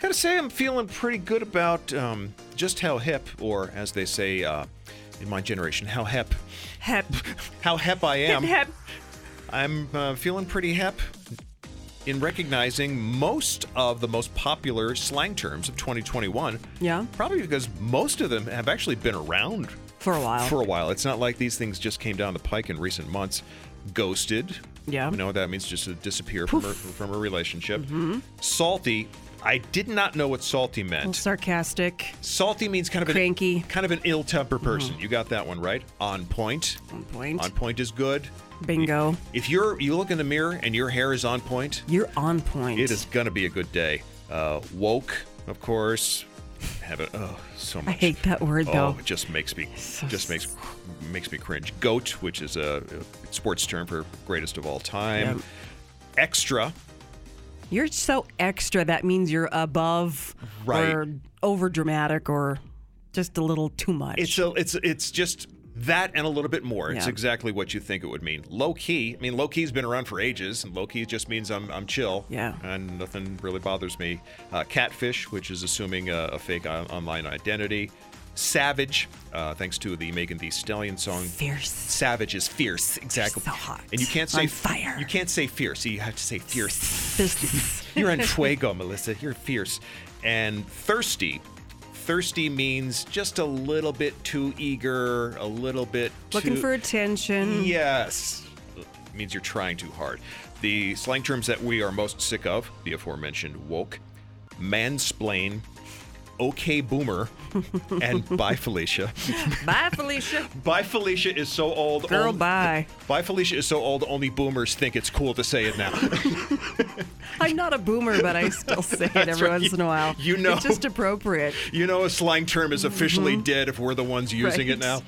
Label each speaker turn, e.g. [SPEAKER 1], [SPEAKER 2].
[SPEAKER 1] to say I'm feeling pretty good about um, just how hip, or as they say uh, in my generation, how hep,
[SPEAKER 2] Hep.
[SPEAKER 1] how hep I am.
[SPEAKER 2] Hep.
[SPEAKER 1] I'm uh, feeling pretty hep in recognizing most of the most popular slang terms of 2021.
[SPEAKER 2] Yeah.
[SPEAKER 1] Probably because most of them have actually been around
[SPEAKER 2] For a while.
[SPEAKER 1] for a while. It's not like these things just came down the pike in recent months. Ghosted.
[SPEAKER 2] Yeah.
[SPEAKER 1] You know what that means? Just to disappear from a, from a relationship.
[SPEAKER 2] Mm-hmm.
[SPEAKER 1] Salty. I did not know what salty meant.
[SPEAKER 2] Well, sarcastic.
[SPEAKER 1] Salty means kind of an-
[SPEAKER 2] Cranky. Mm-hmm.
[SPEAKER 1] kind of an ill-tempered person. You got that one right. On point.
[SPEAKER 2] On point.
[SPEAKER 1] On point is good.
[SPEAKER 2] Bingo.
[SPEAKER 1] If you're you look in the mirror and your hair is on point,
[SPEAKER 2] You're on point.
[SPEAKER 1] it is gonna be a good day. Uh, woke, of course. Have it. Oh, so much.
[SPEAKER 2] I hate that word
[SPEAKER 1] Oh,
[SPEAKER 2] though.
[SPEAKER 1] it just makes me just makes makes me cringe. Goat, which is a, a sports term for greatest of all time. Extra,
[SPEAKER 2] You're so extra. That means you're above
[SPEAKER 1] Right.
[SPEAKER 2] or over dramatic or just a little too much.
[SPEAKER 1] It's a, it's it's just that and a little bit more. It's
[SPEAKER 2] Yeah.
[SPEAKER 1] exactly what you think it would mean. Low key. I mean, low key's been around for ages, and low key just means I'm I'm chill.
[SPEAKER 2] Yeah.
[SPEAKER 1] And nothing really bothers me. Uh, catfish, which is assuming a, a fake on- online identity. Savage, uh, thanks to the Megan Thee Stallion song.
[SPEAKER 2] fierce.
[SPEAKER 1] Savage is fierce, exactly.
[SPEAKER 2] so hot.
[SPEAKER 1] And you can't say
[SPEAKER 2] On fire.
[SPEAKER 1] You can't say fierce. You have to say fierce.
[SPEAKER 2] This-
[SPEAKER 1] You're on fuego, Melissa. You're fierce. And thirsty. Thirsty means just a little bit too eager, a little bit
[SPEAKER 2] Looking
[SPEAKER 1] too-
[SPEAKER 2] for attention.
[SPEAKER 1] Yes. means you're trying too hard. The slang terms that we are most sick of, the aforementioned woke, mansplain, okay boomer, and bye Felicia.
[SPEAKER 2] Bye, Felicia.
[SPEAKER 1] Bye Felicia is so old.
[SPEAKER 2] Girl,
[SPEAKER 1] on-
[SPEAKER 2] bye.
[SPEAKER 1] Bye Felicia is so old only boomers think it's cool to say it now.
[SPEAKER 2] I'm not a boomer, but I still say it every
[SPEAKER 1] right.
[SPEAKER 2] once in a while.
[SPEAKER 1] You know.
[SPEAKER 2] It's just appropriate.
[SPEAKER 1] You know, a slang term is officially dead if we're the ones using it
[SPEAKER 2] Right.
[SPEAKER 1] now.